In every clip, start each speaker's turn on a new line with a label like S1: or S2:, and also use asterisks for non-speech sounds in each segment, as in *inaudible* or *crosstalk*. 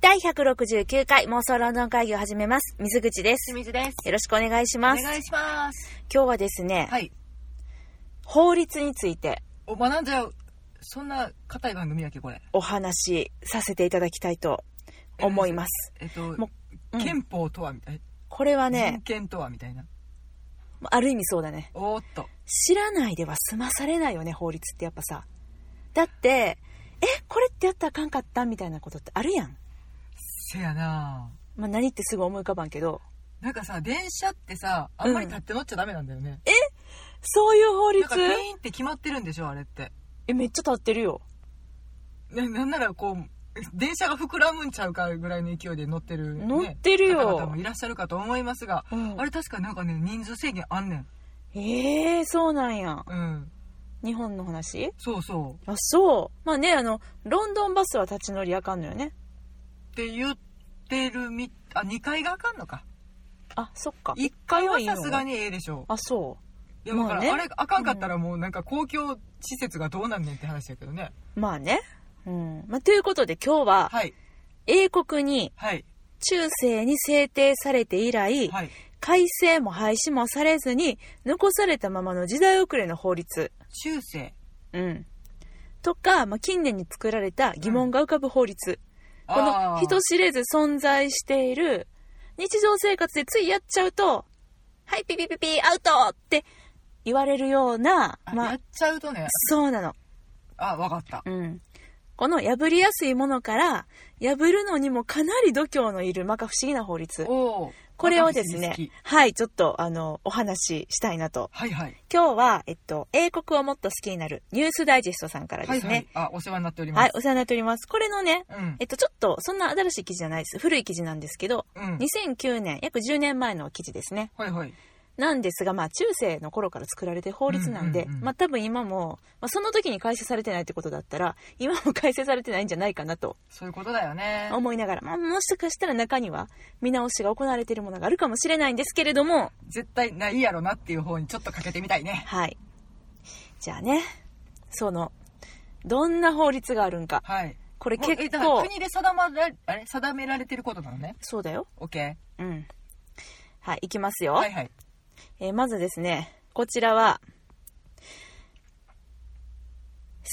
S1: 第169回妄想ロンドン会議を始めます。水口です。
S2: 清水です。
S1: よろしくお願いし
S2: お
S1: ます。
S2: 願いします。
S1: 今日はですね、
S2: はい。
S1: 法律について
S2: お、学んじゃう。そんな硬い番組だっけ、これ。
S1: お話しさせていただきたいと思います。
S2: えっと、
S1: もうん
S2: 憲法とはみたい
S1: これは
S2: な、人
S1: ね、
S2: 権とはみたいな。
S1: ある意味そうだね。
S2: おーっと。
S1: 知らないでは済まされないよね、法律ってやっぱさ。だって、え、これってやったらあかんかったみたいなことってあるやん。
S2: せやな
S1: まあ、何ってすぐ思い浮かばんけど、
S2: なんかさ、電車ってさ、あんまり立って乗っちゃダメなんだよね。
S1: そういう法律
S2: なんか定員って決まってるんでしょ、あれって。
S1: え、めっちゃ立ってるよ。
S2: ななんならこう、電車が膨らむんちゃうかぐらいの勢いで乗ってる、ね。
S1: 乗ってるよ
S2: 方々もいらっしゃるかと思いますが、
S1: うん
S2: あれ確かなんかね、人数制限あんねん。
S1: ええそうなんや。
S2: うん。
S1: 日本の話
S2: そうそう。
S1: あ、そう。まあね、あの、ロンドンバスは立ち乗りあかんのよね。
S2: って言ってるみあ2階があかんのか
S1: あ、そっか。
S2: 1階はい
S1: いの
S2: さすがにええでしょ
S1: あ、そう
S2: いやだから、
S1: まあ
S2: あ
S1: ね
S2: れあかんかったらもうなんか公共施設がどうなんねんって話だけどね、。
S1: まあね。うん。まあ、ということで今日は、
S2: はい
S1: 英国に
S2: はい
S1: 中世に制定されて以来、
S2: はい
S1: 改正も廃止もされずに、残されたままの時代遅れの法律。
S2: 中世
S1: うん。とか、まあ、近年に作られた疑問が浮かぶ法律。こ
S2: あ
S1: の
S2: ー
S1: 人知れず存在している日常生活でついやっちゃうと、はい、ピピピピ、アウトって言われるような、
S2: あ
S1: ま
S2: や
S1: あ
S2: っ、ちゃうとね
S1: そうなの。
S2: あわかった
S1: うん。この破りやすいものから、破るのにもかなり度胸のいる、まか不思議な法律。
S2: おお
S1: これをですね、はい、ちょっと、あの、お話ししたいなと。
S2: はいはい
S1: 今日は、えっと、英国をもっと好きになるニュースダイジェストさんから
S2: は
S1: で
S2: い
S1: す
S2: はい
S1: ね。
S2: あお世話になっており
S1: は
S2: ま
S1: い
S2: す、
S1: お世話になっております。これのね、
S2: うん
S1: えっと、ちょっと、そんな新しい記事じゃないです。古い記事なんですけど、
S2: うん
S1: 2009年、約10年前の記事ですね。
S2: はいはい
S1: なんですが、まあ、中世の頃から作られてる法律なんで、
S2: うんうんうん
S1: まあ、多分今も、まあ、その時に改正されてないってことだったら、 *laughs* 今も改正されてないんじゃないかなと
S2: そういうことだよね
S1: 思いながら、まあ、もしかしたら中には見直しが行われているものがあるかもしれないんですけれども、
S2: 絶対ないやろなっていう方にちょっとかけてみたいね
S1: はい。じゃあね、その、どんな法律があるんか。
S2: はい
S1: これ
S2: もうえ
S1: 結
S2: だから
S1: 構、
S2: 国で定まらあれ定められてることなのね
S1: そうだよ。
S2: オッケ
S1: うん。はい、いきますよ。
S2: ーはいはい
S1: えーまずですね、こちらは、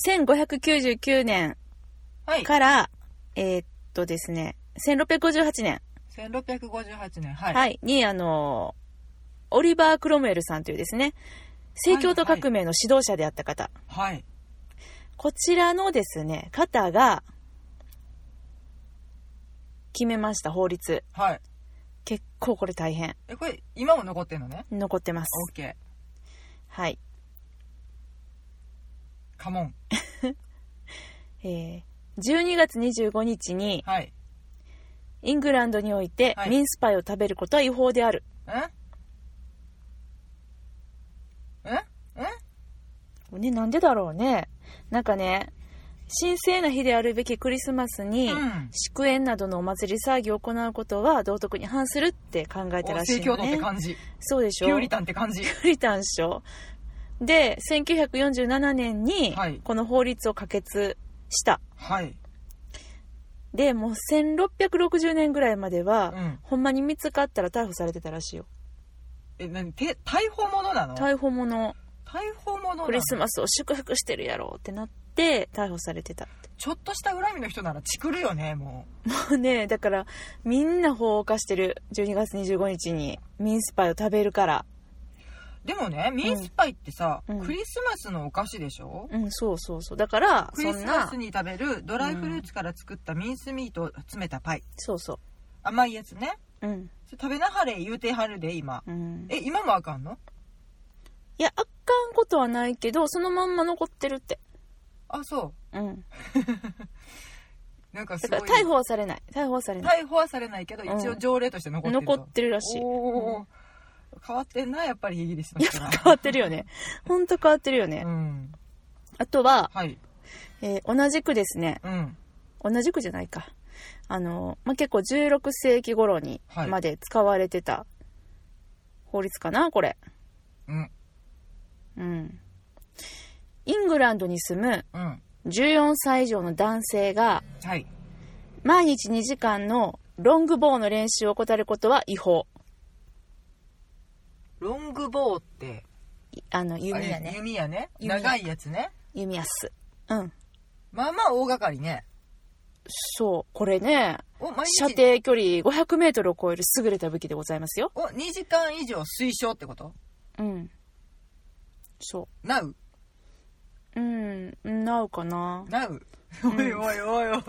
S1: 1599年
S2: はい
S1: から、えーっとですね、1658年、
S2: 1658年はい、
S1: はい、に、あのーオリバー・クロムウェルさんというですね、政教と革命の指導者であった方、
S2: はい、
S1: こちらのですね、方が、決めました法律。
S2: はい。
S1: 結構これ大変。
S2: え、これ、今も残ってんのね。
S1: 残ってます。
S2: オッケー。
S1: はい。
S2: カモン。
S1: えー、12月25日に、
S2: はい。
S1: イングランドにおいて
S2: はい
S1: ミンスパイを食べることは違法である。
S2: んんん
S1: ね、なんでだろうね。なんかね、神聖な日であるべきクリスマスに、
S2: うん
S1: 祝宴などのお祭り騒ぎを行うことは道徳に反するって考えてら
S2: お
S1: っし
S2: 正
S1: ゃる、
S2: 教徒って
S1: ね。
S2: 感じ。
S1: そうでし
S2: ピ
S1: ょ
S2: ューリタンって感じ。
S1: ピューリタンっしょ。で、1947年に
S2: はい
S1: この法律を可決した。
S2: はい。
S1: で、もう1660年ぐらいまでは、
S2: うん
S1: ほんまに見つかったら逮捕されてたらしいよ。
S2: え、なに、て、逮捕者なの逮
S1: 逮捕者。
S2: 捕者なの
S1: クリスマスを祝福してるやろってなって逮捕されてたって *laughs*
S2: ちょっとした恨みの人ならチクるよね、も
S1: もうねだからみんな法を犯してる12月25日にミンスパイを食べるから
S2: う。でもね、ミンスパイってさ、
S1: うん
S2: クリスマスのお菓子でしょ、
S1: うんそうそうそうだから
S2: ク
S1: そ
S2: リ
S1: ん
S2: スマ
S1: な
S2: スに食べるドライフルーツから作ったミンスミートを詰めたパイ。
S1: そうそ
S2: 甘いやつね。
S1: ううん
S2: それ食べなはれ言うてはるで、今。
S1: うん
S2: え、今もあかんの
S1: いやあかんことはないけどそのまんま残ってるって
S2: あ、そう。
S1: うん
S2: なんかす
S1: だ
S2: ご
S1: か
S2: い
S1: ら逮捕はされない逮捕はされない
S2: 逮捕はされないけど、
S1: うん
S2: 一応条例として残ってると
S1: 残ってるらしい
S2: おー変わってんなやっぱりイギリスの
S1: やっ
S2: 人
S1: ぱ
S2: は
S1: 変わってるよねほんと変わってるよね
S2: うん
S1: あとは、
S2: はい
S1: えー同じくですね
S2: うん
S1: 同じくじゃないかあの、まあ、結構16世紀頃に
S2: はい
S1: まで使われてた法律かなこれ
S2: うん
S1: うんイングランドに住む
S2: うん
S1: 14歳以上の男性が
S2: はい
S1: 毎日2時間のロングボーの練習を怠ることは違法。
S2: ロングボウって
S1: いあの、
S2: あ
S1: 弓
S2: れ
S1: 矢ね。
S2: 弓矢ね
S1: 弓矢
S2: 長いやつね
S1: 弓矢っす。うん。
S2: まあまあ大掛かりね
S1: そう。これね、
S2: お毎
S1: 射
S2: 日
S1: 程距離500メートルを超える優れた武器でございますよ。
S2: お2時間以上推奨ってこと
S1: うん。そ
S2: なう
S1: う。うん、なうかな。
S2: なうおいおいおいおい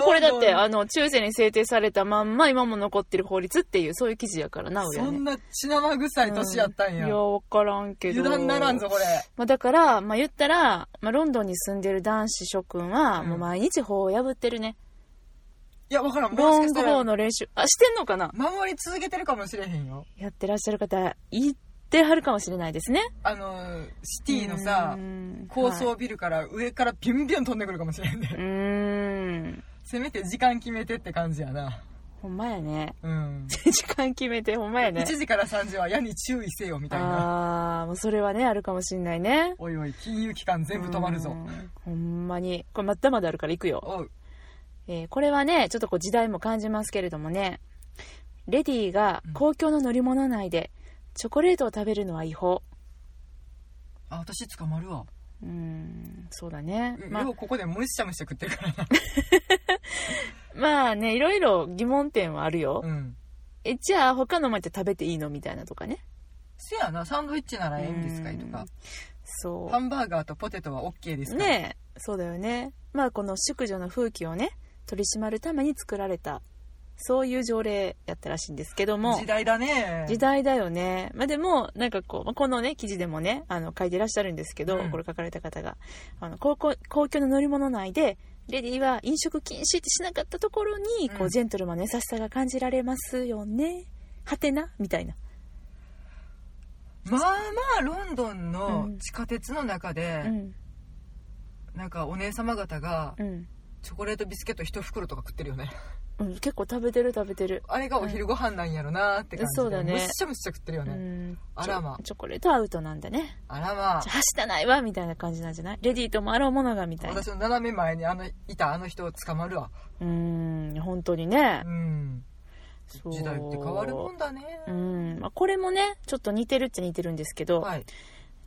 S1: これだって、
S2: ロン
S1: あの、中世に制定されたまんま今も残ってる法律っていう、そういう記事やからな、
S2: ドン
S1: う
S2: そ
S1: やね
S2: ん。な血生臭い年やったん
S1: う
S2: や
S1: いや、わからんけど。
S2: 油断ならんぞこれ
S1: まあ、だから、まあ、言ったら、まあ、ロンドンに住んでる男子諸君は、
S2: うん
S1: もう毎日法を破ってるね。
S2: いやわからんも
S1: ロ
S2: しか
S1: ン
S2: した
S1: グボー
S2: ら
S1: の練習、あ、してんのかな
S2: 守り続けてるかもしれへんよ
S1: やってらっしゃる方、言ってはるかもしれないですね。
S2: あのーシティのさ
S1: うーん
S2: 高
S1: は
S2: 層ビルから上からビュンビュン飛んでくるかもしれんで、
S1: い、うーん。
S2: *laughs* せめて時間決めてって感じやな
S1: ほんまやね。 *laughs*
S2: うん
S1: 時間決めて、ほんまやね
S2: 1。時から3時は矢に注意せよみたいな
S1: あー、もうそれはね、あるかもしんないね。
S2: おいおい金融機関全部止まる
S1: う
S2: ぞ
S1: ん。ほんまに。これまだまだあるから行くよ。
S2: おう
S1: えーこれはね、ちょっとこう時代も感じますけれどもね、レディーが公共の乗り物内でチョコレートを食べるのは違法。
S2: あ私捕まるわ、
S1: うーん、そうだね。まあ
S2: よ、うここでむしゃむしゃ食ってるからな
S1: まあね、いろいろ疑問点はあるよ。
S2: うん
S1: え、じゃあ他のもって食べていいのみたいなとかね。
S2: せやなサンドイッチならええんですかいとか
S1: そ
S2: ハンバーガーとポテトは OK です
S1: う。
S2: か
S1: ねえ、そうだよね。まあこの宿女の風紀をね、取り締まるために作られた、そういう条例やったらしいんですけども。
S2: 時代だね
S1: 時代だよね。まあ、でも、なんかこう、まあこのね、記事でもね、あの、書いてらっしゃるんですけど、
S2: うん
S1: これ書かれた方が、あの、公共、公共の乗り物内で、レディーは飲食禁止ってしなかったところに、こ
S2: う
S1: う、
S2: ん
S1: ジェントルマンの優しさが感じられますよね。はてなみたいな。
S2: まあまあロンドンの
S1: うん
S2: 地下鉄の中で
S1: う、ん。
S2: なんかお姉様方が
S1: うん。
S2: チョコレートビスケット一袋とか食ってるよね
S1: うん、結構食べてる食べてる。
S2: あれがお昼ご飯なんやろなって感じで、
S1: そうだね
S2: むっしゃむっしゃ食ってるよ
S1: う
S2: ね、
S1: ん。
S2: あらま
S1: チョチョコレートアウトなんだね。
S2: あらまあ
S1: じゃあ、はしたないわみたいな感じなんじゃないレディーともあろうものがみたいな。
S2: 私の斜め前にあのいたあの人を捕まるわ
S1: うん、本当にね
S2: う。ん
S1: そう
S2: 時代って変わるもんだね
S1: うんまあ、これもねちょっと似てるっちゃ似てるんですけど、
S2: はい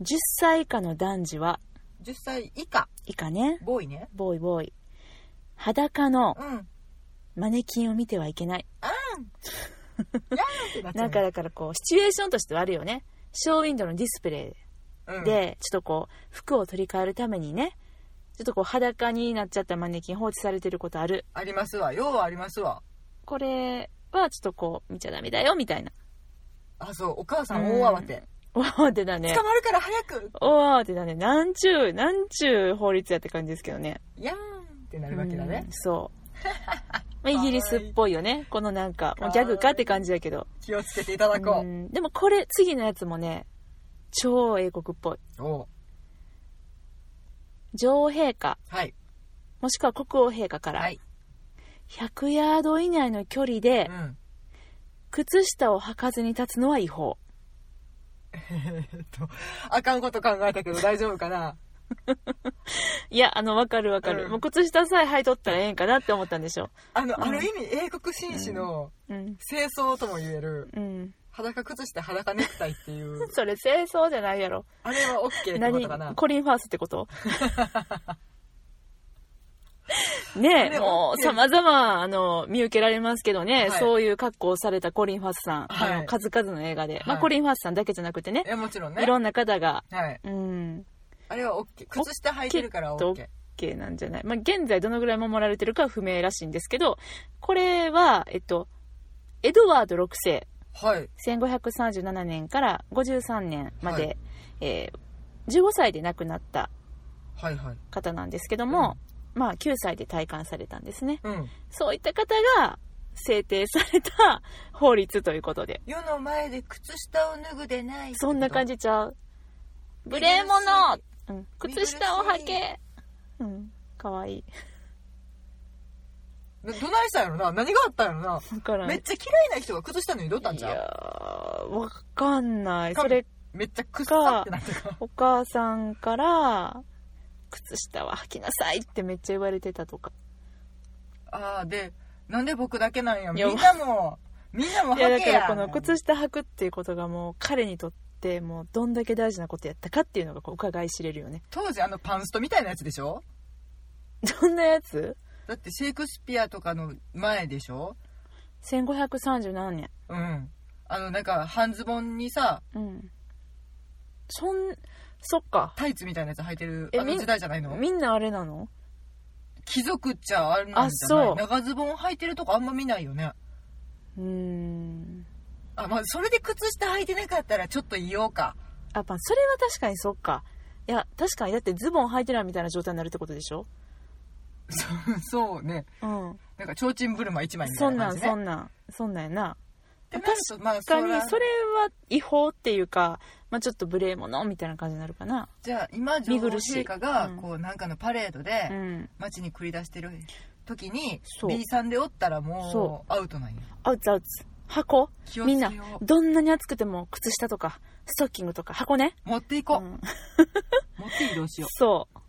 S1: 10歳以下の男児は
S2: 10歳以下
S1: 以下ね
S2: ボーイね
S1: ボーイボーイ裸の
S2: うん
S1: マネキンを見てはいけない
S2: な
S1: なんかだからこうシチュエーションとしてはあるよねショーウィンドウのディスプレイ
S2: で
S1: でちょっとこう服を取り替えるためにねちょっとこう裸になっちゃったマネキン放置されてることある
S2: ありますわようありますわ
S1: これはちょっとこう見ちゃダメだよみたいな *laughs*
S2: あそうお母さん大慌て
S1: おーってだね
S2: 捕まるから早く
S1: おーってだねなんちゅうなんちゅう法律やって感じですけどね
S2: やーんってなるわけだね
S1: うん *laughs* そう。まあ、イギリスっぽいよね。このなんか、もうギャグかって感じやけど。
S2: 気をつけていただ
S1: う
S2: こ
S1: んでもこれ、次のやつもね、超英国っぽい。
S2: うおう
S1: 女王陛下、
S2: はい
S1: もしくは国王陛下から、
S2: はい
S1: 100ヤード以内の距離で
S2: う、ん
S1: 靴下を履かずに立つのは違法。
S2: えっとあかんこと考えたけど大丈夫
S1: *laughs*
S2: かない
S1: や、あの、わかるわかる。
S2: うん
S1: もう靴下さえ履いとったらええんかなって思ったんでしょ。
S2: あのある意味英国紳士の
S1: うん。
S2: 清掃とも言える
S1: うん。
S2: 裸靴下裸ネクタイっていう
S1: それ清掃じゃないやろ。
S2: あれは OK ってことかな
S1: 何コリン・ファースってこと
S2: *laughs*
S1: ねえ、
S2: でも
S1: もう、
S2: OK
S1: 様々、あの、見受けられますけどね、
S2: はいそう
S1: そういう格好をされたコリン・ファースさん、
S2: はい
S1: あの、数々の映画で、まあ、
S2: はい
S1: コリン・ファースさんだけじゃなくてね、
S2: えもちろんね
S1: いろんな方が、
S2: はい
S1: うん、
S2: あれは OK 靴下履いてるから OK
S1: OK OK なんじゃない。まあ、現在どのぐらい守られてるかは不明らしいんですけど、これは、えっと、エドワード6世、
S2: はい
S1: 1537年から53年まで、
S2: は
S1: えー15歳で亡くなった
S2: はいはい
S1: 方なんですけども、まあ9歳で退官されたんですね。
S2: うん
S1: そういった方が制定された法律ということで。
S2: 世の前で靴下を脱ぐでない
S1: そんな感
S2: じ
S1: じちゃう。無礼者
S2: 見
S1: うん、靴下を履けうん、かわいい。
S2: どどないしたんやろな何があったんやろな
S1: だからん、
S2: めっちゃ嫌いな人が靴下脱いどったん
S1: い
S2: じ
S1: や
S2: ゃん
S1: ーわかんない。それ、
S2: めっちゃくっさってなってた
S1: お母さんから、靴下は履きなさいってめっちゃ言われてたとか。
S2: ああでなんで僕だけなんや
S1: い
S2: み
S1: や
S2: んなもみんなも
S1: いやだ
S2: 履
S1: か
S2: け
S1: ら
S2: や
S1: この靴下履くっていうことがもう彼にとってもうどんだけ大事なことやったかっていうのがこう伺い知れるよね
S2: 当時あのパンストみたいなやつでしょ *laughs*
S1: どんなやつ
S2: だってシェイクスピアとかの前でしょ
S1: ?1537 年
S2: うんあのなんか半ズボンにさ
S1: うんそんそっか
S2: タイツみたいなやつ履いてる
S1: え
S2: あの
S1: みん
S2: 時代じゃないの
S1: みんなあれなの
S2: 貴族っちゃあるんじゃない
S1: あそう
S2: 長ズボン履いてるとこあんま見ないよね
S1: うーん
S2: あまあそれで靴下履いてなかったらちょっと言おうか *laughs*
S1: あまあそれは確かにそっかいや確かにだってズボン履いてないみたいな状態になるってことでしょ
S2: そうそうね
S1: うん
S2: なんか提灯車一枚みた
S1: そ
S2: い
S1: ん
S2: な
S1: なん
S2: 感じ
S1: そ
S2: ね
S1: んなんそんなんやな
S2: ってなるとまあそ
S1: 確
S2: れ
S1: かに
S2: は
S1: それは違法っていうか、まあ、ちょっと無礼者みたいな感じになるかな
S2: じゃあ今女王陛下が
S1: 見苦しいうん
S2: こうなんかのパレードで、
S1: うん
S2: 街に繰り出してる時に
S1: そう
S2: B さんでおったらも
S1: そう
S2: アウトなんや
S1: アウツアウツ箱
S2: 気をつけ
S1: み
S2: よ
S1: んな
S2: う
S1: どんなに暑くても靴下とかストッキングとか箱ね、
S2: 持っていうこう、
S1: ん、
S2: 持って移動しよ
S1: そうっ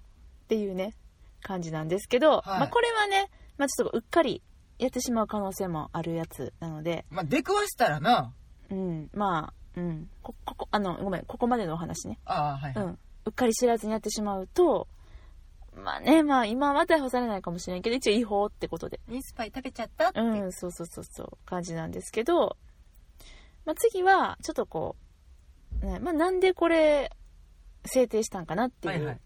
S1: ていうね感じなんですけど、
S2: はい
S1: まあ、これはね、まあ、ちょっとうっかりやってしまう可能性もあるやつなので
S2: うまあ出くわしたらな
S1: うんまあうんこここあのごめんここまでのお話ね
S2: ああはい、
S1: う
S2: はい
S1: ん、うっかり知らずにやってしまうとまあねまあ今は逮捕されないかもしれんけど一応違法ってことで
S2: ミスパイ食べちゃったって、
S1: うんそうそうそうそう感じなんですけど、まあ、次はちょっとこう、ねまあ、なんでこれ制定したんかなっていう、
S2: はいはい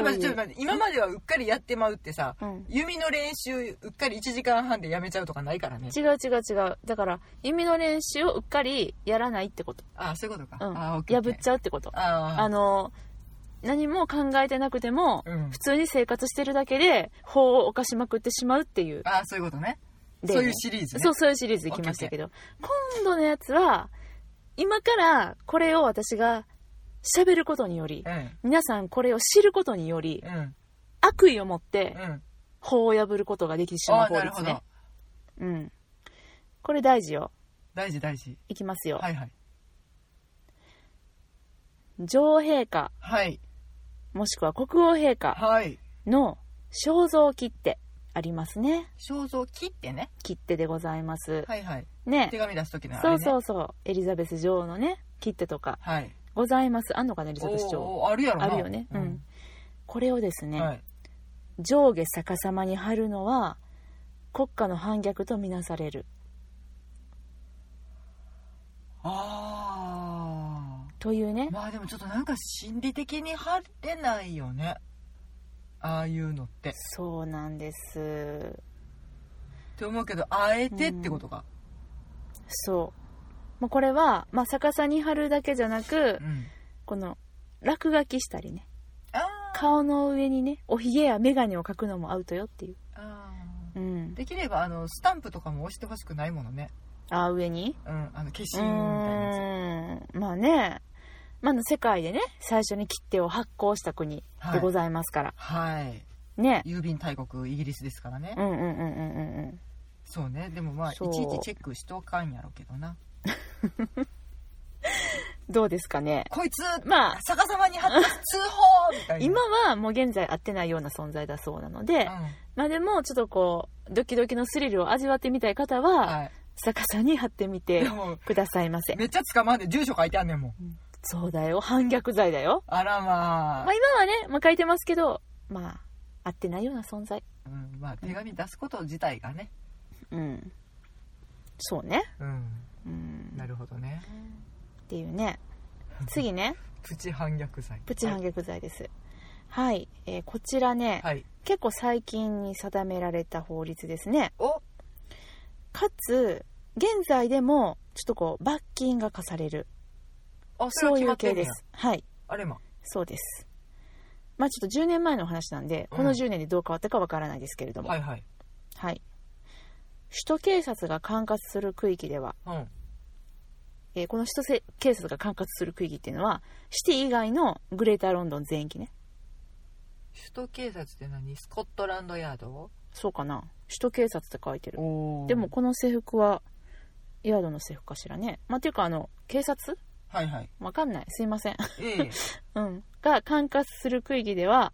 S1: そ
S2: ょっ
S1: うい
S2: と待っ
S1: う
S2: てちょっと待って今まではうっかりやってまうってさ
S1: うん、
S2: 弓の練習うっかり1時間半でやめちゃうとかないからね
S1: 違う違う違うだから弓の練習をうっかりやらないってこと、
S2: ああそういうこと
S1: う
S2: か、
S1: ん、
S2: ああ OK
S1: 破っちゃうってこと
S2: あ
S1: あの何も考えてなくても、
S2: あうん
S1: 普通に生活してるだけで法を犯しまくってしまうっていう
S2: ああそういうことね
S1: 例ね
S2: そういうシリーズね
S1: そう、そういうシリーズできましたけど、今度のやつは、今からこれを私が喋ることにより、
S2: うん
S1: 皆さんこれを知ることにより、
S2: うん
S1: 悪意を持って
S2: うん
S1: 法を破ることができてし
S2: あ
S1: まう
S2: あ
S1: 法
S2: なるほ
S1: 律ね
S2: ど。
S1: うん。これ大事よ。
S2: 大事大事
S1: いきますよ。
S2: はいはい
S1: 女王陛下、
S2: はい
S1: もしくは国王陛下
S2: はい
S1: の肖像切手ありますね。
S2: 肖像切ってね
S1: 切手でございます。
S2: はいはい
S1: ね
S2: 手紙出す時のあれ
S1: そ
S2: ね
S1: うそうそう。エリザベス女王のね、切手とか
S2: はい
S1: ございます。あんのかね、エリザベス女王。
S2: おーあるやろな
S1: あるよね、うんこれをですね、
S2: はい
S1: 上下逆さまに貼るのは国家の反逆とみなされる
S2: あ
S1: というね
S2: あ、まあでもちょっとなんか心理的に貼れないよねああいうのってっ
S1: そうなんです
S2: て思うけどあえてってことか
S1: そうもうこれは、まあ、逆さに貼るだけじゃなく
S2: うん、
S1: この落書きしたりね
S2: あー
S1: 顔の上にねおひげや眼鏡を描くのもアウトよっていう、
S2: あ
S1: うん
S2: ー、できればあのスタンプとかも押してほしくないものね
S1: あー上に
S2: うんあの消
S1: う
S2: 印みたいなや
S1: ーんまあね、まあ、世界でね最初に切手を発行した国でございますから、
S2: つはい
S1: ね
S2: 郵便大国イギリスですからね、
S1: うんうんうんうんうんうん
S2: そうねでもまあいち
S1: そう
S2: いちチェックしとかんやろうけどな
S1: どうですかね
S2: こいつ
S1: まあ
S2: 逆さまに貼った通報みたいな
S1: 今はもう現在会ってないような存在だそうなので、
S2: う
S1: まあでもちょっとこうドキドキのスリルを味わってみたい方
S2: ん
S1: は
S2: はい
S1: 逆さに貼ってみて
S2: *laughs* でも
S1: くださいませ
S2: めっちゃ捕まんで住所書いてあんねんもん
S1: そうだよ反逆罪だよ
S2: あらまあ、
S1: まあ今はね、まあ、書いてますけどまあ会ってないような存在
S2: うん、まあ手紙出すこと自体がね
S1: うんそうね
S2: うん
S1: うん
S2: なるほどね
S1: っていう
S2: *laughs*
S1: ね次ね
S2: プチ反逆罪
S1: プチ反逆罪ですはい、えーこちらね、
S2: はい
S1: 結構最近に定められた法律ですね
S2: お
S1: かつ現在でもちょっとこう罰金が課される
S2: あそれ
S1: そ
S2: は
S1: うい
S2: 決ま
S1: う
S2: って
S1: 系
S2: んね
S1: で
S2: や
S1: すはい
S2: あれま
S1: そうですまあちょっと10年前の話なんでこの
S2: うん
S1: 10年でどう変わったかわからないですけれども、
S2: はいはい
S1: はい首都警察が管轄する区域では、
S2: うん
S1: えーこの首都せ警察が管轄する区域っていうのはシティ以外のグレーターロンドン全域ね
S2: 首都警察って何スコットランドヤード
S1: そうかな首都警察って書いてる
S2: おー
S1: でもこの制服はヤードの制服かしらねまあっていうかあの警察
S2: はいはい
S1: わかんないすいません *laughs*
S2: ええ
S1: うん、が管轄する区域では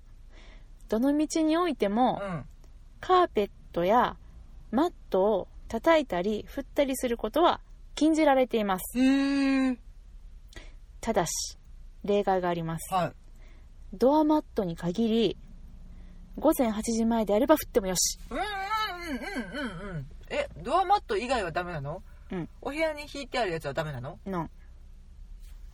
S1: どの道においても
S2: うん
S1: カーペットやマットを叩いたり振ったりすることは禁じられています。
S2: へ *laughs* え。
S1: ただし、例外があります。
S2: はい。
S1: ドアマットに限り、午前8時前であれば振ってもよし。
S2: うんうんうんうんうんうん。え、ドアマット以外はダメなの
S1: うん。
S2: お部屋に引いてあるやつはダメなの
S1: のん。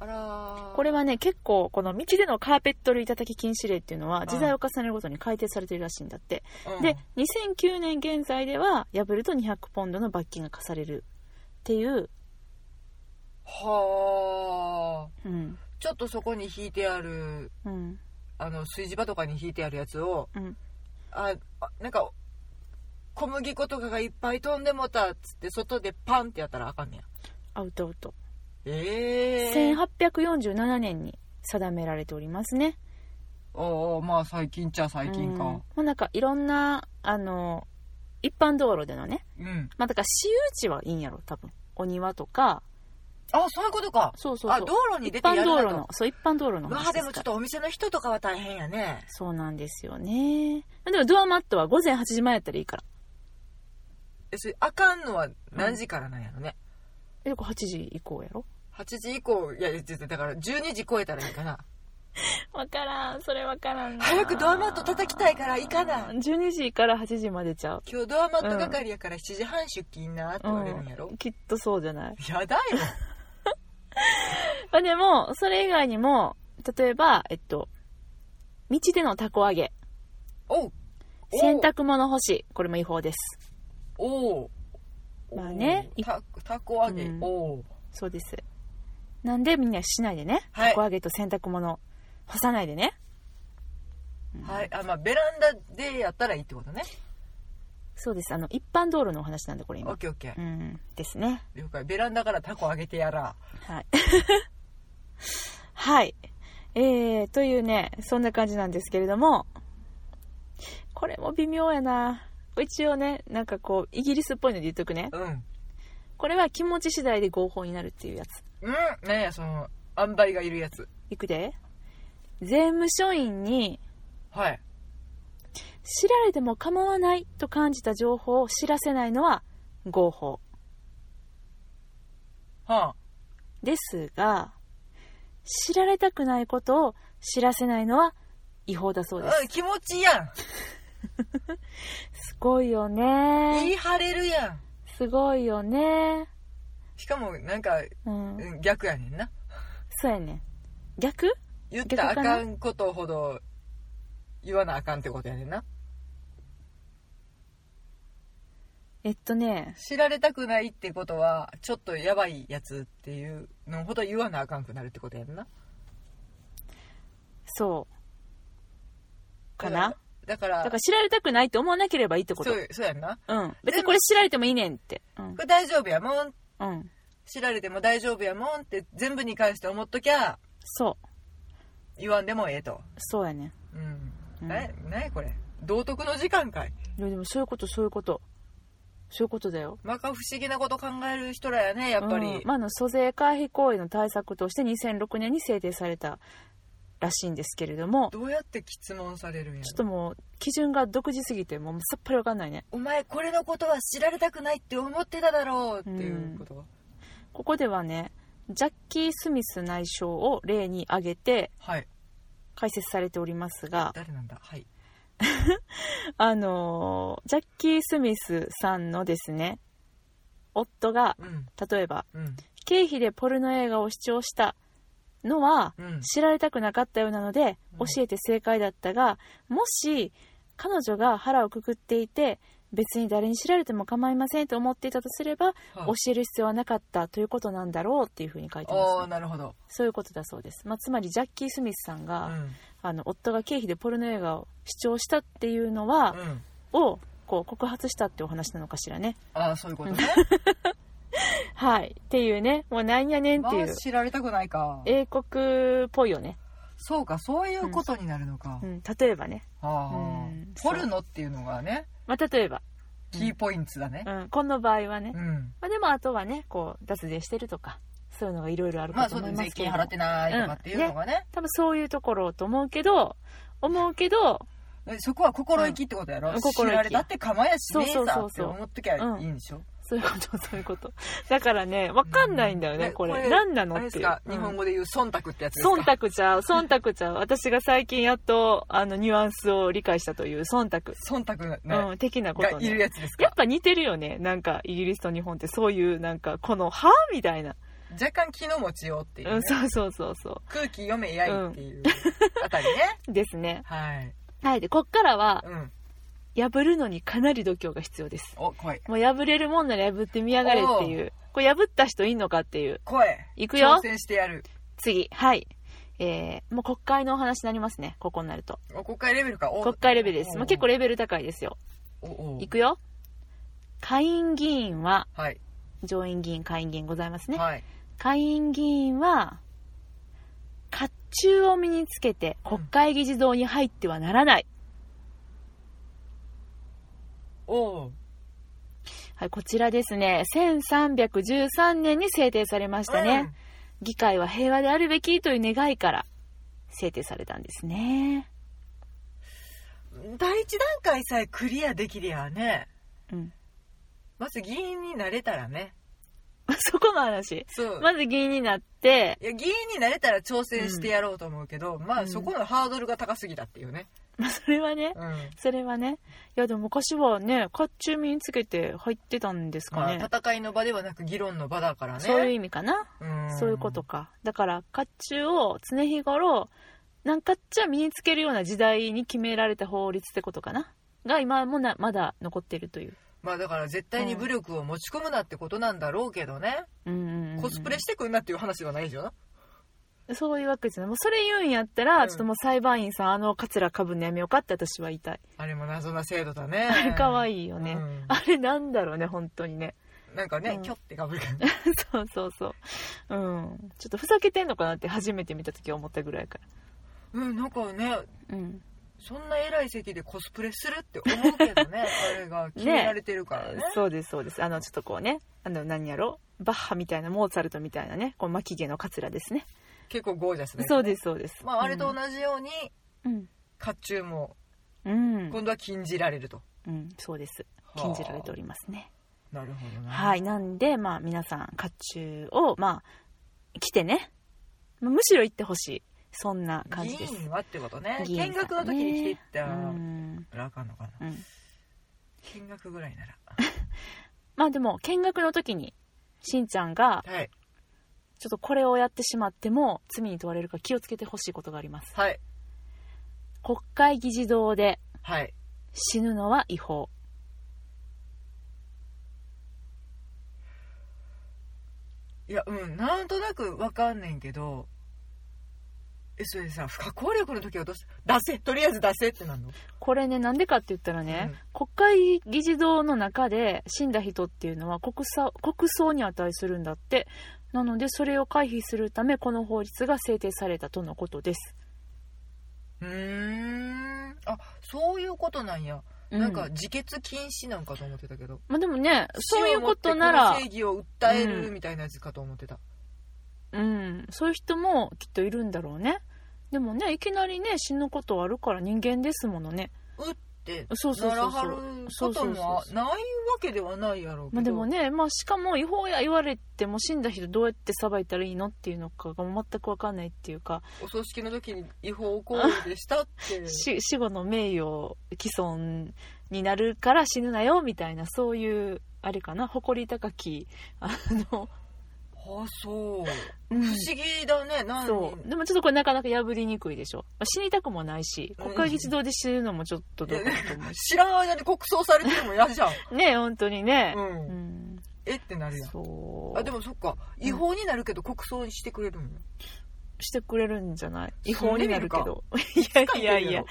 S2: あらー
S1: これはね、結構、この道でのカーペット類叩き禁止令っていうのは、
S2: ん
S1: 時代を重ねるごとに改定されてるらしいんだって。
S2: うん
S1: で、2009年現在では、破ると200ポンドの罰金が課される。っていう、
S2: はあ。
S1: うん。
S2: ちょっとそこに引いてある、
S1: うん。
S2: あの、炊事場とかに引いてあるやつを、
S1: うん。
S2: あ、あなんか、小麦粉とかがいっぱい飛んでもたっつって、外でパンってやったらあかんねや。
S1: アウトアウト。
S2: ええー。
S1: 1847年に定められておりますね。
S2: ああ、まあ最近っちゃ最近
S1: うんま
S2: か。
S1: あなんかいろんなあの一般道路でのね
S2: うん。
S1: まあだから私有地はいいんやろ多分お庭とか
S2: あ、そういうことか。
S1: そうそうそう
S2: あ、道路に
S1: 一
S2: 出てや
S1: 般
S2: る
S1: 道
S2: な
S1: 路
S2: と
S1: の。そう一般道路の
S2: ま
S1: 話
S2: あ
S1: で
S2: ですもちょ
S1: か
S2: っとお店の人とかは大変やね。
S1: そうなんですよねでもドアマットは午前8時前やったらいいから
S2: え、それあかんのは何時からなんやろね。
S1: えこれ8時以降やろ
S2: 8時以降、いや、ちょっとだから12時超えたらいいかな。
S1: 分からんそれ分からん
S2: 早くドアマット叩きたいから行かな。
S1: 12時から8時までちゃう
S2: 今日ドアマット係やから7時半出勤なって言われるんやろ。
S1: きっとそうじゃない
S2: やだよ。
S1: まあでもそれ以外にも例えばえっと道でのたこ揚げ
S2: おう。おう
S1: 洗濯物干しこれも違法です
S2: おうおう
S1: まあね
S2: たたこ揚げ、
S1: うん
S2: おう
S1: そうです。なんでみんなしないでね。
S2: はい
S1: たこ揚げと洗濯物干さないでね。
S2: はいあまあベランダでやったらいいってことね
S1: そうです。あの、一般道路のお話なんで、これ
S2: オッ
S1: 今。
S2: ケーオッケー
S1: うん、ですね。
S2: 了解ベランダからたこ揚げてやら
S1: はい。 *laughs* はい。えー、というね、そんな感じなんですけれども、これも微妙やな。一応ね、なんかこう、イギリスっぽいので言っとくね。
S2: うんうん
S1: これは気持ち次第で合法になるっていうやつ。
S2: ねえその塩梅がいるやつ
S1: いくで。税務署員に
S2: はい
S1: 知られても構わないと感じた情報を知らせないのは合法
S2: は
S1: ですが知られたくないことを知らせないのは違法だそう
S2: あ、
S1: で
S2: うん、気持ちいいや
S1: すすごいよ
S2: ん言
S1: ね
S2: い張れるやん
S1: すごいよね
S2: しかもなんか
S1: うん
S2: うん逆やねんな
S1: そうやね逆
S2: 言ったらあ
S1: 逆かな
S2: かんことほど言わなあかんってことやねんな
S1: えっとね
S2: 知られたくないってことはちょっとやばいやつっていうのほど言わなあかんくなるってことやんな
S1: そうかな
S2: だから
S1: だから知られたくないって思わなければいいってこと
S2: そうそうやんな
S1: うん別にこれ知られてもいいねんってうん
S2: これ大丈夫やもん
S1: うん
S2: 知られても大丈夫やもんって全部に関して思っときゃ
S1: そう
S2: 言わんでもええと
S1: そうやね
S2: う
S1: う
S2: ん、
S1: ん
S2: ななんやこれ道徳の時間かい
S1: いやでもそういうことそういうことそういうことだよ
S2: まか不思議なこと考える人らやねやっぱり、
S1: うんまあ、あの租税回避行為の対策として2006年に制定されたらしいんですけれどもちょ
S2: どうやって質問されるんやろ
S1: っともう基準が独自すぎてもうさっぱりわかんないね
S2: お前これのことは知られたくないって思ってただろうっていうことは、
S1: ここではねジャッキー・スミス内相を例に挙げて
S2: はい
S1: 解説されておりますが
S2: 誰なんだはい
S1: あのージャッキー・スミスさんのですね夫が
S2: うん
S1: 例えば
S2: うん
S1: 経費でポルノ映画を視聴したのは
S2: うん
S1: 知られたくなかったようなので
S2: うん
S1: 教えて正解だったがもし彼女が腹をくくっていて別に誰に知られても構いませんと思っていたとすれば教える必要はなかったということなんだろうっていうふうに書いて
S2: お
S1: ま
S2: お
S1: す、ね、
S2: なるほど、
S1: そういうことだそうです、まあ、つまりジャッキー・スミスさん
S2: う
S1: が、
S2: ん
S1: あの夫が経費でポルノ映画を視聴したっていうのは、
S2: うん、
S1: をこう告発したってお話なのかしらね
S2: ああそういうこと
S1: *laughs*
S2: ね
S1: はいっていうねもうなんやねんっ
S2: ま
S1: ていう
S2: あ知られたくないか
S1: 英国っぽいよね、
S2: そうかそういうことになるのか、
S1: うん、例えばね
S2: あ
S1: う
S2: ー
S1: ん
S2: ポルノっていうのがね
S1: まあ、例えば、うん
S2: キーポイントだね
S1: うん、この場合はね、
S2: うん、
S1: まあ、でもあとはねこう脱税してるとかそういうのがいろいろある
S2: ま
S1: か
S2: あ
S1: と
S2: そ
S1: 思い
S2: の
S1: ま
S2: 税
S1: すけ
S2: 金
S1: ど、
S2: 払ってないとかっていうのがね
S1: 多分そういうところと思うけど思うけど
S2: えそこは心意気ってことやろ、
S1: うん
S2: 知
S1: 心意気
S2: られたって構えやしねえ
S1: そうそう
S2: さ
S1: そう
S2: って
S1: そう
S2: 思っときゃいいんでしょ、
S1: そういうことそういうことだからねわかんないんだよね、
S2: え
S1: これ何なの
S2: あれ
S1: って
S2: です
S1: いう
S2: か、
S1: うん
S2: 日本語で言う忖度ってやつですか
S1: 忖度ちゃう忖度ちゃう私が最近やっとあのニュアンスを理解したという忖度、
S2: 忖度ね、
S1: うん、的なこと
S2: がいる
S1: ね
S2: やつです
S1: やっ
S2: か
S1: ぱ似てるよねなんかイギリスと日本ってそういうなんかこの「は?」みたいな、
S2: 若干気の持ちようっていうね、
S1: うん、そうそうそうそ
S2: 空気読めやいっていうあたりね、
S1: うですね
S2: はい
S1: はいでこっからは
S2: うん
S1: 破るのにかなり度胸が必要です
S2: お声
S1: もう破れるもんなら破ってみやがれっていうこれ破った人いんのかっていう
S2: 声
S1: いくよ
S2: 挑戦してやる
S1: 次はいえー、もう国会のお話になりますねここになると
S2: お国会レベルかお
S1: 国会レベルです、
S2: お
S1: まあ、結構レベル高いですよ
S2: おお
S1: いくよ下院議員は
S2: はい
S1: 上院議員下院議員ございますね、
S2: はい
S1: 下院議員は甲冑を身につけて国会議事堂に入ってはならない、
S2: おお
S1: はい、こちらですね1313年に制定されましたね、議会は平和であるべきという願いから制定されたんですね。
S2: うん第一段階さえクリアできりゃね
S1: うん。 *laughs*
S2: まず議員になれたらね
S1: そこの話。
S2: そう、
S1: まず議員になって、
S2: いや議員になれたら挑戦してやろうと思うけど、ま
S1: う
S2: あ
S1: ん
S2: そこのハードルが高すぎだっていうね、
S1: まあ、それはね
S2: う、ん
S1: それはね、いやでも昔はね、甲冑身につけて入ってたんですか
S2: まあ、
S1: ね。
S2: 戦いの場ではなく議論の場だからね
S1: そういう意味かな。
S2: うん
S1: そういうことか。だから、甲冑を常日頃、なんかっちゃ身につけるような時代に決められた法律ってことかな。が今もな、まだ残ってるという。
S2: まあだから絶対に武力を持ち込むなってことなんだろうけどね、
S1: うんうんうん
S2: コスプレしてくんなっていう話ではないでしょ、
S1: そういうわけじゃない。もうそれ言うんやったら、
S2: うん
S1: ちょっともう裁判員さん、あのカツラかぶんのやめようかって私は言いたい。
S2: あれも謎な制度だね
S1: *laughs* あれ可
S2: い
S1: 愛いよね。
S2: うん
S1: あれなんだろうね、本当にね。
S2: なんかね、
S1: うん
S2: キョってかぶる感
S1: そうそうそう。うん。ちょっとふざけてんのかなって初めて見た時思ったぐらいか
S2: *laughs* うんなんかね
S1: ら。うん。
S2: そんな偉い席でコスプレするって思うけど
S1: *laughs*
S2: ねあれが決められてるからね
S1: そうです、そうです。あの、ちょっとこうね、あの、何やろバッハみたいな、モーツァルトみたいなね、こう巻き毛のカツラですね。
S2: 結構ゴージャスね
S1: そうです、そうです。
S2: まあ、あれと同じように
S1: うん。
S2: 甲冑も
S1: うん。うん。
S2: 今度は禁じられると、
S1: うん、そうです。禁じられておりますね。
S2: なるほどね
S1: はい。なんで、まあ、皆さん、甲冑を、まあ、来てね。まあむしろ行ってほしい。そんな感じです。
S2: 議員はってことね
S1: 議員さん
S2: 見学の時に来ていった
S1: うん
S2: らあかんのかな
S1: うん
S2: 見学ぐらいなら
S1: まあでも見学の時にしんちゃんが
S2: はい
S1: ちょっとこれをやってしまっても罪に問われるから気をつけてほしいことがあります
S2: はい
S1: 国会議事堂で
S2: はい
S1: 死ぬのは違法
S2: いやうんなんとなくわかんねんけどえそれでさ不可抗力の時はどうして出せとりあえず出せってなんの
S1: これねなんでかって言ったらね、国会議事堂の中で死んだ人っていうのは国葬国葬に値するんだってなのでそれを回避するためこの法律が制定されたとのことです、
S2: うーんあそういうことなんや、
S1: うん
S2: なんか自決禁止なんかと思ってたけど
S1: まあでもねそういうことなら
S2: 死をもってこの正義を訴え
S1: う
S2: る
S1: ん
S2: みたいなやつかと思ってた、
S1: うん、そういう人もきっといるんだろうね。でもね、いきなりね、死ぬことあるから人間ですものね。
S2: うって
S1: そうそう
S2: な
S1: そ
S2: ら
S1: うそ
S2: は
S1: う
S2: ることもないわけではないやろうけど、
S1: まあでもね、まあしかも違法や言われても死んだ人どうやって裁いたらいいのっていうのかが全くわかんないっていうか、
S2: お葬式の時に違法行為でした
S1: *laughs*
S2: って
S1: し死後の名誉毀損になるから死ぬなよみたいな、そういう、あれかな、誇り高き、あの、
S2: あそう
S1: うん
S2: 不思議だね何
S1: そう。でもちょっとこれなかなか破りにくいでしょ。まあ死にたくもないし、国会議事堂で死ぬのもちょっとどうかなと思うし。
S2: 知らん間に国葬されてるのも嫌
S1: *laughs*
S2: じゃん、
S1: ね本当にね。
S2: うん
S1: うん
S2: えってなるやん
S1: そう
S2: あでもそっか違法になるけど国葬にしてくれるんよ
S1: してくれるんじゃない違
S2: 違法
S1: 法に
S2: に
S1: な
S2: な
S1: る
S2: る
S1: け
S2: か
S1: ど *laughs* いやいやいや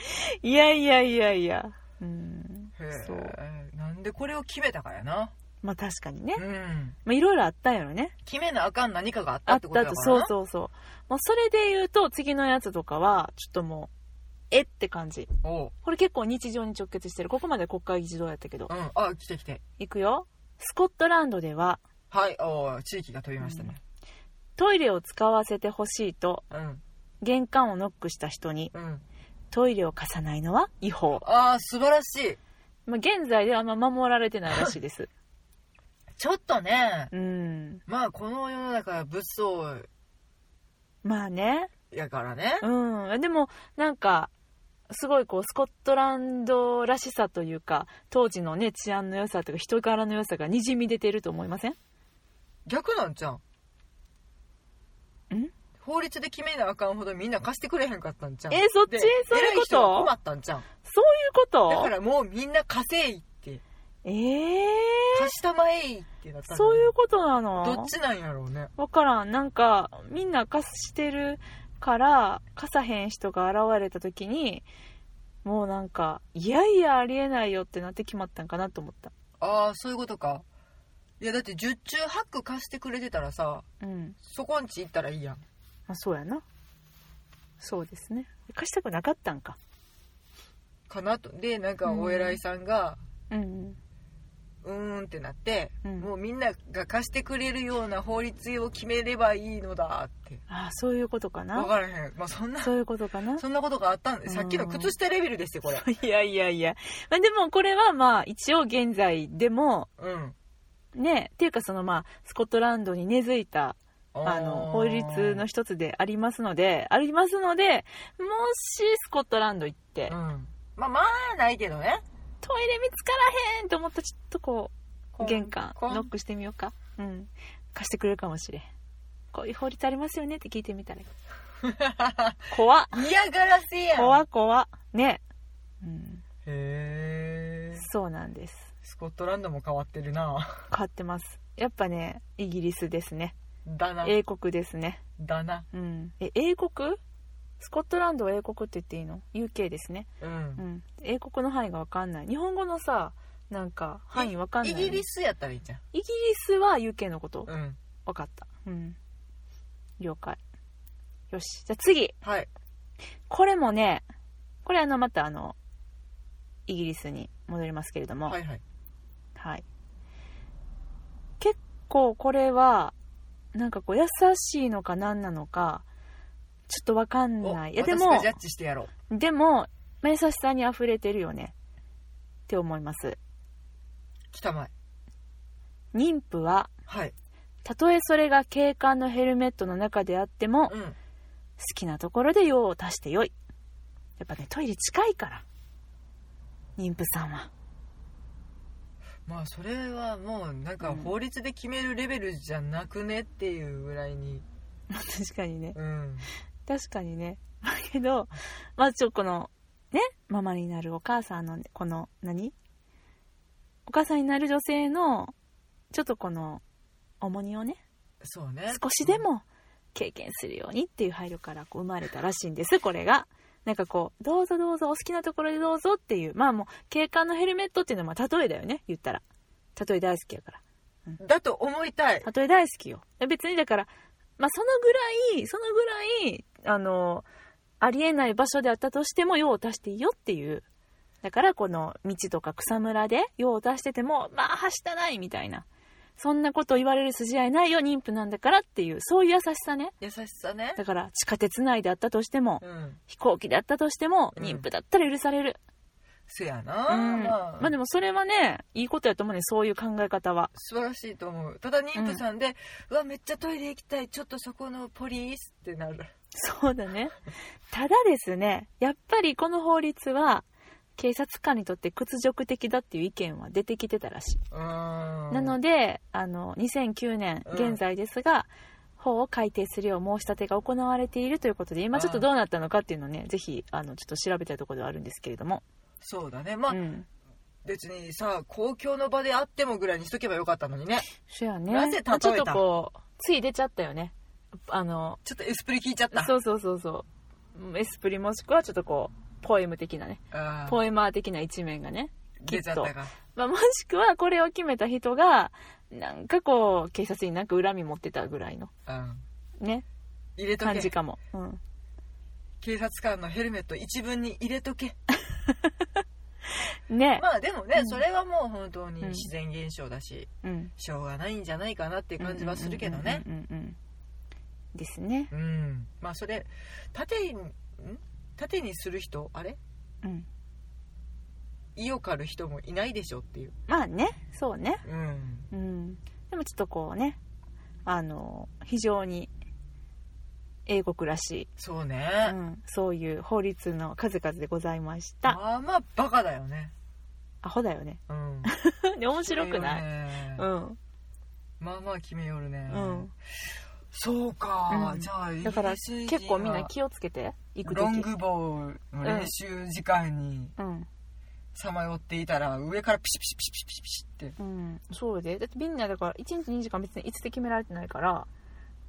S1: いやいやいやいやうん
S2: へえ
S1: そう
S2: なんでこれを決めたかやな
S1: まあ確かにね
S2: うん
S1: まあいろいろあったんやろね
S2: 決めなあかん何かがあっ
S1: あ
S2: た
S1: っ
S2: ってこと
S1: た
S2: や
S1: と
S2: から
S1: そう
S2: う
S1: そうそうまあそれで言うと次のやつとかはちょっともうえって感じ
S2: おう、
S1: これ結構日常に直結してるここまで国会議事堂やったけど
S2: うん、あ来て来て
S1: いくよスコットランドでは
S2: はいおう地域が飛びましたね
S1: トイレを使わせてほしいと
S2: うん
S1: 玄関をノックした人に
S2: うん
S1: トイレを貸さないのは違法、
S2: ああ素晴らしい
S1: まあ、現在ではあんま守られてないらしいです
S2: *laughs* ちょっとね
S1: うん
S2: まあこの世の中は物騒
S1: まあね
S2: やからね
S1: うんでもなんかすごいこうスコットランドらしさというか当時のね治安の良さというか人柄の良さがにじみ出てると思いません
S2: 逆なんじゃん
S1: ん
S2: 法律で決めなあかんほどみんな貸してくれへんかったんじゃん
S1: えそっち
S2: で
S1: そういう
S2: 偉
S1: こ
S2: 人は
S1: と
S2: 困ったんじゃん
S1: そういうこと
S2: だからもうみんな稼いって
S1: ええ
S2: 貸したまえいってなったんだ
S1: そういうことなの
S2: どっちなんやろうね
S1: わからんなんかみんな貸してるから貸さへん人が現れた時にもうなんかいやいやありえないよってなって決まったんかなと思った
S2: ああそういうことかいやだって十中八九貸してくれてたらさ
S1: うん
S2: そこんち行ったらいいやん
S1: まあそうやなそうですね貸したくなかったんか
S2: かなとでなんかお偉いさんが
S1: うんうん
S2: うーんってなって、
S1: うん
S2: もうみんなが貸してくれるような法律を決めればいいのだって
S1: ああそういうことか
S2: 分
S1: な
S2: からへんまあそんな
S1: *laughs* そういうことかな
S2: そんなことがあったんでさっきの靴下レベルですよこれ
S1: いやいやいや、まあ、でもこれはまあ一応現在でも
S2: うん
S1: ねっていうかそのまあスコットランドに根付いたあの法律の一つでありますのでありますのでもしスコットランド行って、
S2: うんまあまあないけどね
S1: トイレ見つからへんと思ったらちょっとこう玄関
S2: こん *laughs*
S1: ノックしてみようかうん貸してくれるかもしれんこういう法律ありますよねって聞いてみたら怖っ
S2: 嫌がらせやん
S1: 怖っ怖っねうん
S2: へえ
S1: そうなんです
S2: スコットランドも変わってるな
S1: 変わってますやっぱねイギリスですね
S2: だな
S1: 英国ですね
S2: だな
S1: うんえ英国スコットランドは英国って言っていいの UK ですね
S2: う
S1: うんん、英国の範囲が分かんない日本語のさなんか範囲分かんない
S2: イギリスやったらいいじゃん
S1: イギリスは UK のこと
S2: うん
S1: 分かったうん了解よしじゃあ次
S2: はい
S1: これもねこれあのまたあのイギリスに戻りますけれども
S2: はいはい
S1: はい結構これはなんかこう優しいのか何なのかちょっと分かん
S2: お
S1: ないいやで
S2: 私
S1: も
S2: がジャッジしてやろう
S1: でも、まあ優しさに溢れてるよねって思います
S2: 来たまえ
S1: 妊婦は
S2: はい
S1: たとえそれが警官のヘルメットの中であっても好
S2: うん
S1: きなところで用を足してよいやっぱねトイレ近いから妊婦さんは
S2: まあそれはもうなんか
S1: うん
S2: 法律で決めるレベルじゃなくねっていうぐらいに
S1: まあ確かにね
S2: うん
S1: 確かにねだけどまあちょこのねママになるお母さんのこの何お母さんになる女性のちょっとこの重荷をね
S2: そうね
S1: 少しでも経験するようにっていう配慮からこう生まれたらしいんですこれがなんかこうどうぞどうぞお好きなところでどうぞっていうまあもう警官のヘルメットっていうのはまあ例えだよね言ったら例え大好きやから
S2: だと思いたい
S1: 例え大好きよ別にだからまあそのぐらいそのぐらいあのありえない場所であったとしても用を足していいよっていうだからこの道とか草むらで用を足しててもまあはしたないみたいなそんなこと言われる筋合いないよ妊婦なんだからっていうそういう優しさね
S2: 優しさね
S1: だから地下鉄内であったとしても
S2: うん
S1: 飛行機であったとしても
S2: うん
S1: 妊婦だったら許される、
S2: せや
S1: う
S2: な、
S1: ん
S2: まあ
S1: まあでもそれはねいいことやと思うねそういう考え方は
S2: 素晴らしいと思うただ妊婦さんで、うわめっちゃトイレ行きたいちょっとそこのポリースってなる
S1: そうだねただですねやっぱりこの法律は警察官にとって屈辱的だっていう意見は出てきてたらしい、
S2: うーん
S1: なの
S2: で
S1: であの2009年
S2: うん
S1: 現在ですが、法を改定するよう申し立てが行われているということで今ちょっとどうなったのかっていうのをねぜひあのちょっと調べたいところではあるんですけれども、
S2: そうだねまあ、
S1: うん、
S2: 別にさ公共の場であってもぐらいにしとけばよかったのにね
S1: そやね。
S2: なぜ例えた
S1: まあちょっとこう、つい出ちゃったよね。あの、
S2: ちょっとエスプリ聞いちゃった
S1: そうそうそうそううん。エスプリもしくはちょっとこう、ポエム的なね。
S2: あー
S1: ポエマー的な一面がね。
S2: 出ちゃったか
S1: まあ、もしくはこれを決めた人が、なんかこう、警察になんか恨み持ってたぐらいの、
S2: うん
S1: ね、
S2: 入れと
S1: 感じ
S2: け
S1: かも。うん。
S2: 警察官のヘルメット一文に入れとけ
S1: ね。
S2: まあでもね、
S1: うん
S2: それはもう本当に
S1: うん
S2: 自然現象だし、
S1: うん。
S2: しょうがないんじゃないかなっていう感じはするけどね
S1: うんうんうんうんうんうん。ですね。
S2: うんまあそれ縦にん盾にする人あれ
S1: うん、
S2: 意を狩る人もいないでしょっていう
S1: まあねそうね
S2: うん
S1: うんでもちょっとこうねあの非常に英国らし
S2: そう
S1: い、
S2: ね、
S1: うん、そういう法律の数々でございました
S2: まあまあバカだよね
S1: アホだよ
S2: *laughs*
S1: ね
S2: うん
S1: で面白くない、
S2: 決めよ
S1: う
S2: ね
S1: ん
S2: まあまあ決めよるね、
S1: うん
S2: そうか、
S1: うん
S2: じゃあイギ
S1: だ
S2: リ
S1: から
S2: ス人は
S1: 結構みんな気をつけて行く時
S2: ロングボールの練習時間に
S1: うん
S2: さまよっていたら上からピシピシピシピシピシって
S1: うんそうでだってみんなだから1日2時間別にいつで決められてないから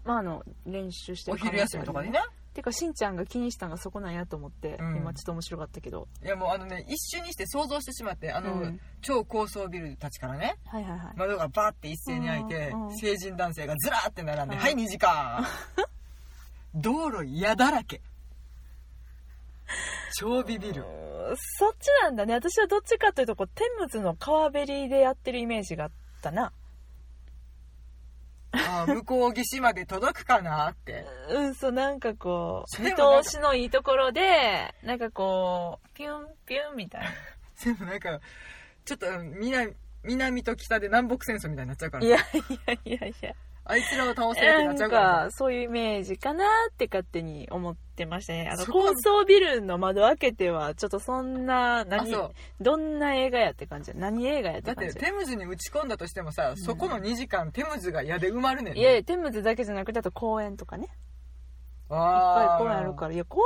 S1: まああの練習して
S2: お
S1: る可能性
S2: 昼休みとかにね
S1: てかしんちゃんが気にしたんがそこなんやと思って、
S2: うん
S1: 今ちょっと面白かったけど
S2: いやもうあのね一瞬にして想像してしまってあの、
S1: うん
S2: 超高層ビルたちからね
S1: はいはいはい
S2: 窓がバーって一斉に開いて、
S1: うんうん
S2: 成人男性がずらーって並んで
S1: う
S2: 「
S1: ん
S2: はい2時間」道路嫌だ
S1: *laughs*
S2: らけ超ビビる
S1: うーんそっちなんだね私はどっちかというとこう天仏の川べりでやってるイメージがあったな
S2: あー向こう岸まで届くかなって
S1: うんそうなんかこう
S2: で
S1: 見
S2: もなんか
S1: 通しのいいところでなんかこうピュンピュンみたい
S2: でもなんかちょっと南南と北で南北戦争みたいになっちゃうか
S1: な
S2: ら
S1: いやいやいやいや
S2: あいつらを倒せってな
S1: な
S2: っちゃ
S1: ん
S2: うから
S1: かそういうイメージかなって勝手に思ってましたねあの
S2: そ
S1: 高
S2: こ
S1: 層ビルの窓開けてはちょっとそんな
S2: あ
S1: 何
S2: そう
S1: どんな映画やって感じ何映画やっ
S2: だ
S1: て感
S2: って
S1: じ
S2: テムズに打ち込んだとしてもさ、そこの2時間テムズが矢で埋まるねん
S1: いやいや天仏だけじゃなくてあと公園とかねいっぱい
S2: あー
S1: 公園あるからいや高層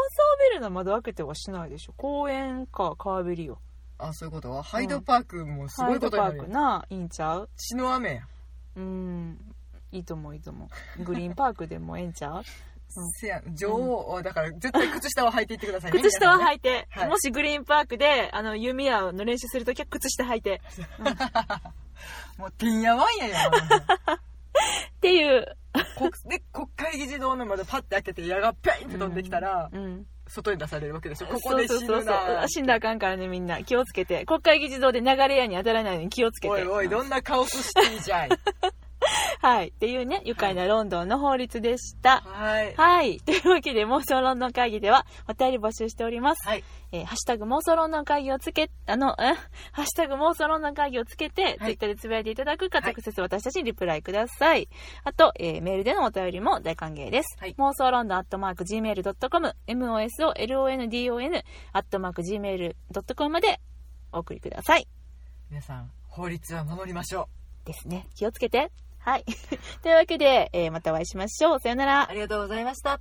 S1: ビルの窓開けてはしないでしょ公園か川べりよ
S2: あそういうことはハイドパークもすごいことに
S1: ハ
S2: な
S1: イ
S2: る
S1: ドパー
S2: よ
S1: クないいんちゃう
S2: 血の雨や、
S1: うんいいと思ういいと思うグリーンパークでもええんち
S2: *laughs*
S1: ゃううん
S2: せや女王はだから絶対靴下は履いていってくださいね
S1: 靴下は
S2: 皆
S1: 履いて、
S2: はい
S1: もしグリーンパークであの弓矢の練習するときは靴下履いて
S2: さんねもうてんやわんやや
S1: っていう
S2: こ *laughs* で国会議事堂の窓パッて開けて矢がピャンって飛んできたら、
S1: うん、
S2: 外に出されるわけでしょここで死
S1: そう
S2: ぬ
S1: そうそう
S2: な
S1: そう死んだらあかんからねみんな気をつけて国会議事堂で流れ矢に当たらないように気をつけて
S2: おいおいどんなカオスシティ *laughs* じゃい
S1: はいっていうね愉快なロンドンの法律でした
S2: はい
S1: はいというわけで妄想ロンドン会議ではお便り募集しております、
S2: はい
S1: えーハッシュタグ妄想ロンドン会議をつけあのえ *laughs* ハッシュタグ妄想ロンドン会議をつけて、ツイッターでつぶやいていただくか
S2: はい
S1: 直接私たちにリプライくださいあと、えーメールでのお便りも大歓迎です、
S2: はい
S1: 妄想ロンドンアットマーク Gmail.com mosolondon アットマーク Gmail.com までお送りください
S2: 皆さん法律は守りましょ
S1: です *laughs* ね気をつけてはいというわけで、えーまたお会いしましょうさよなら
S2: うありがとうございました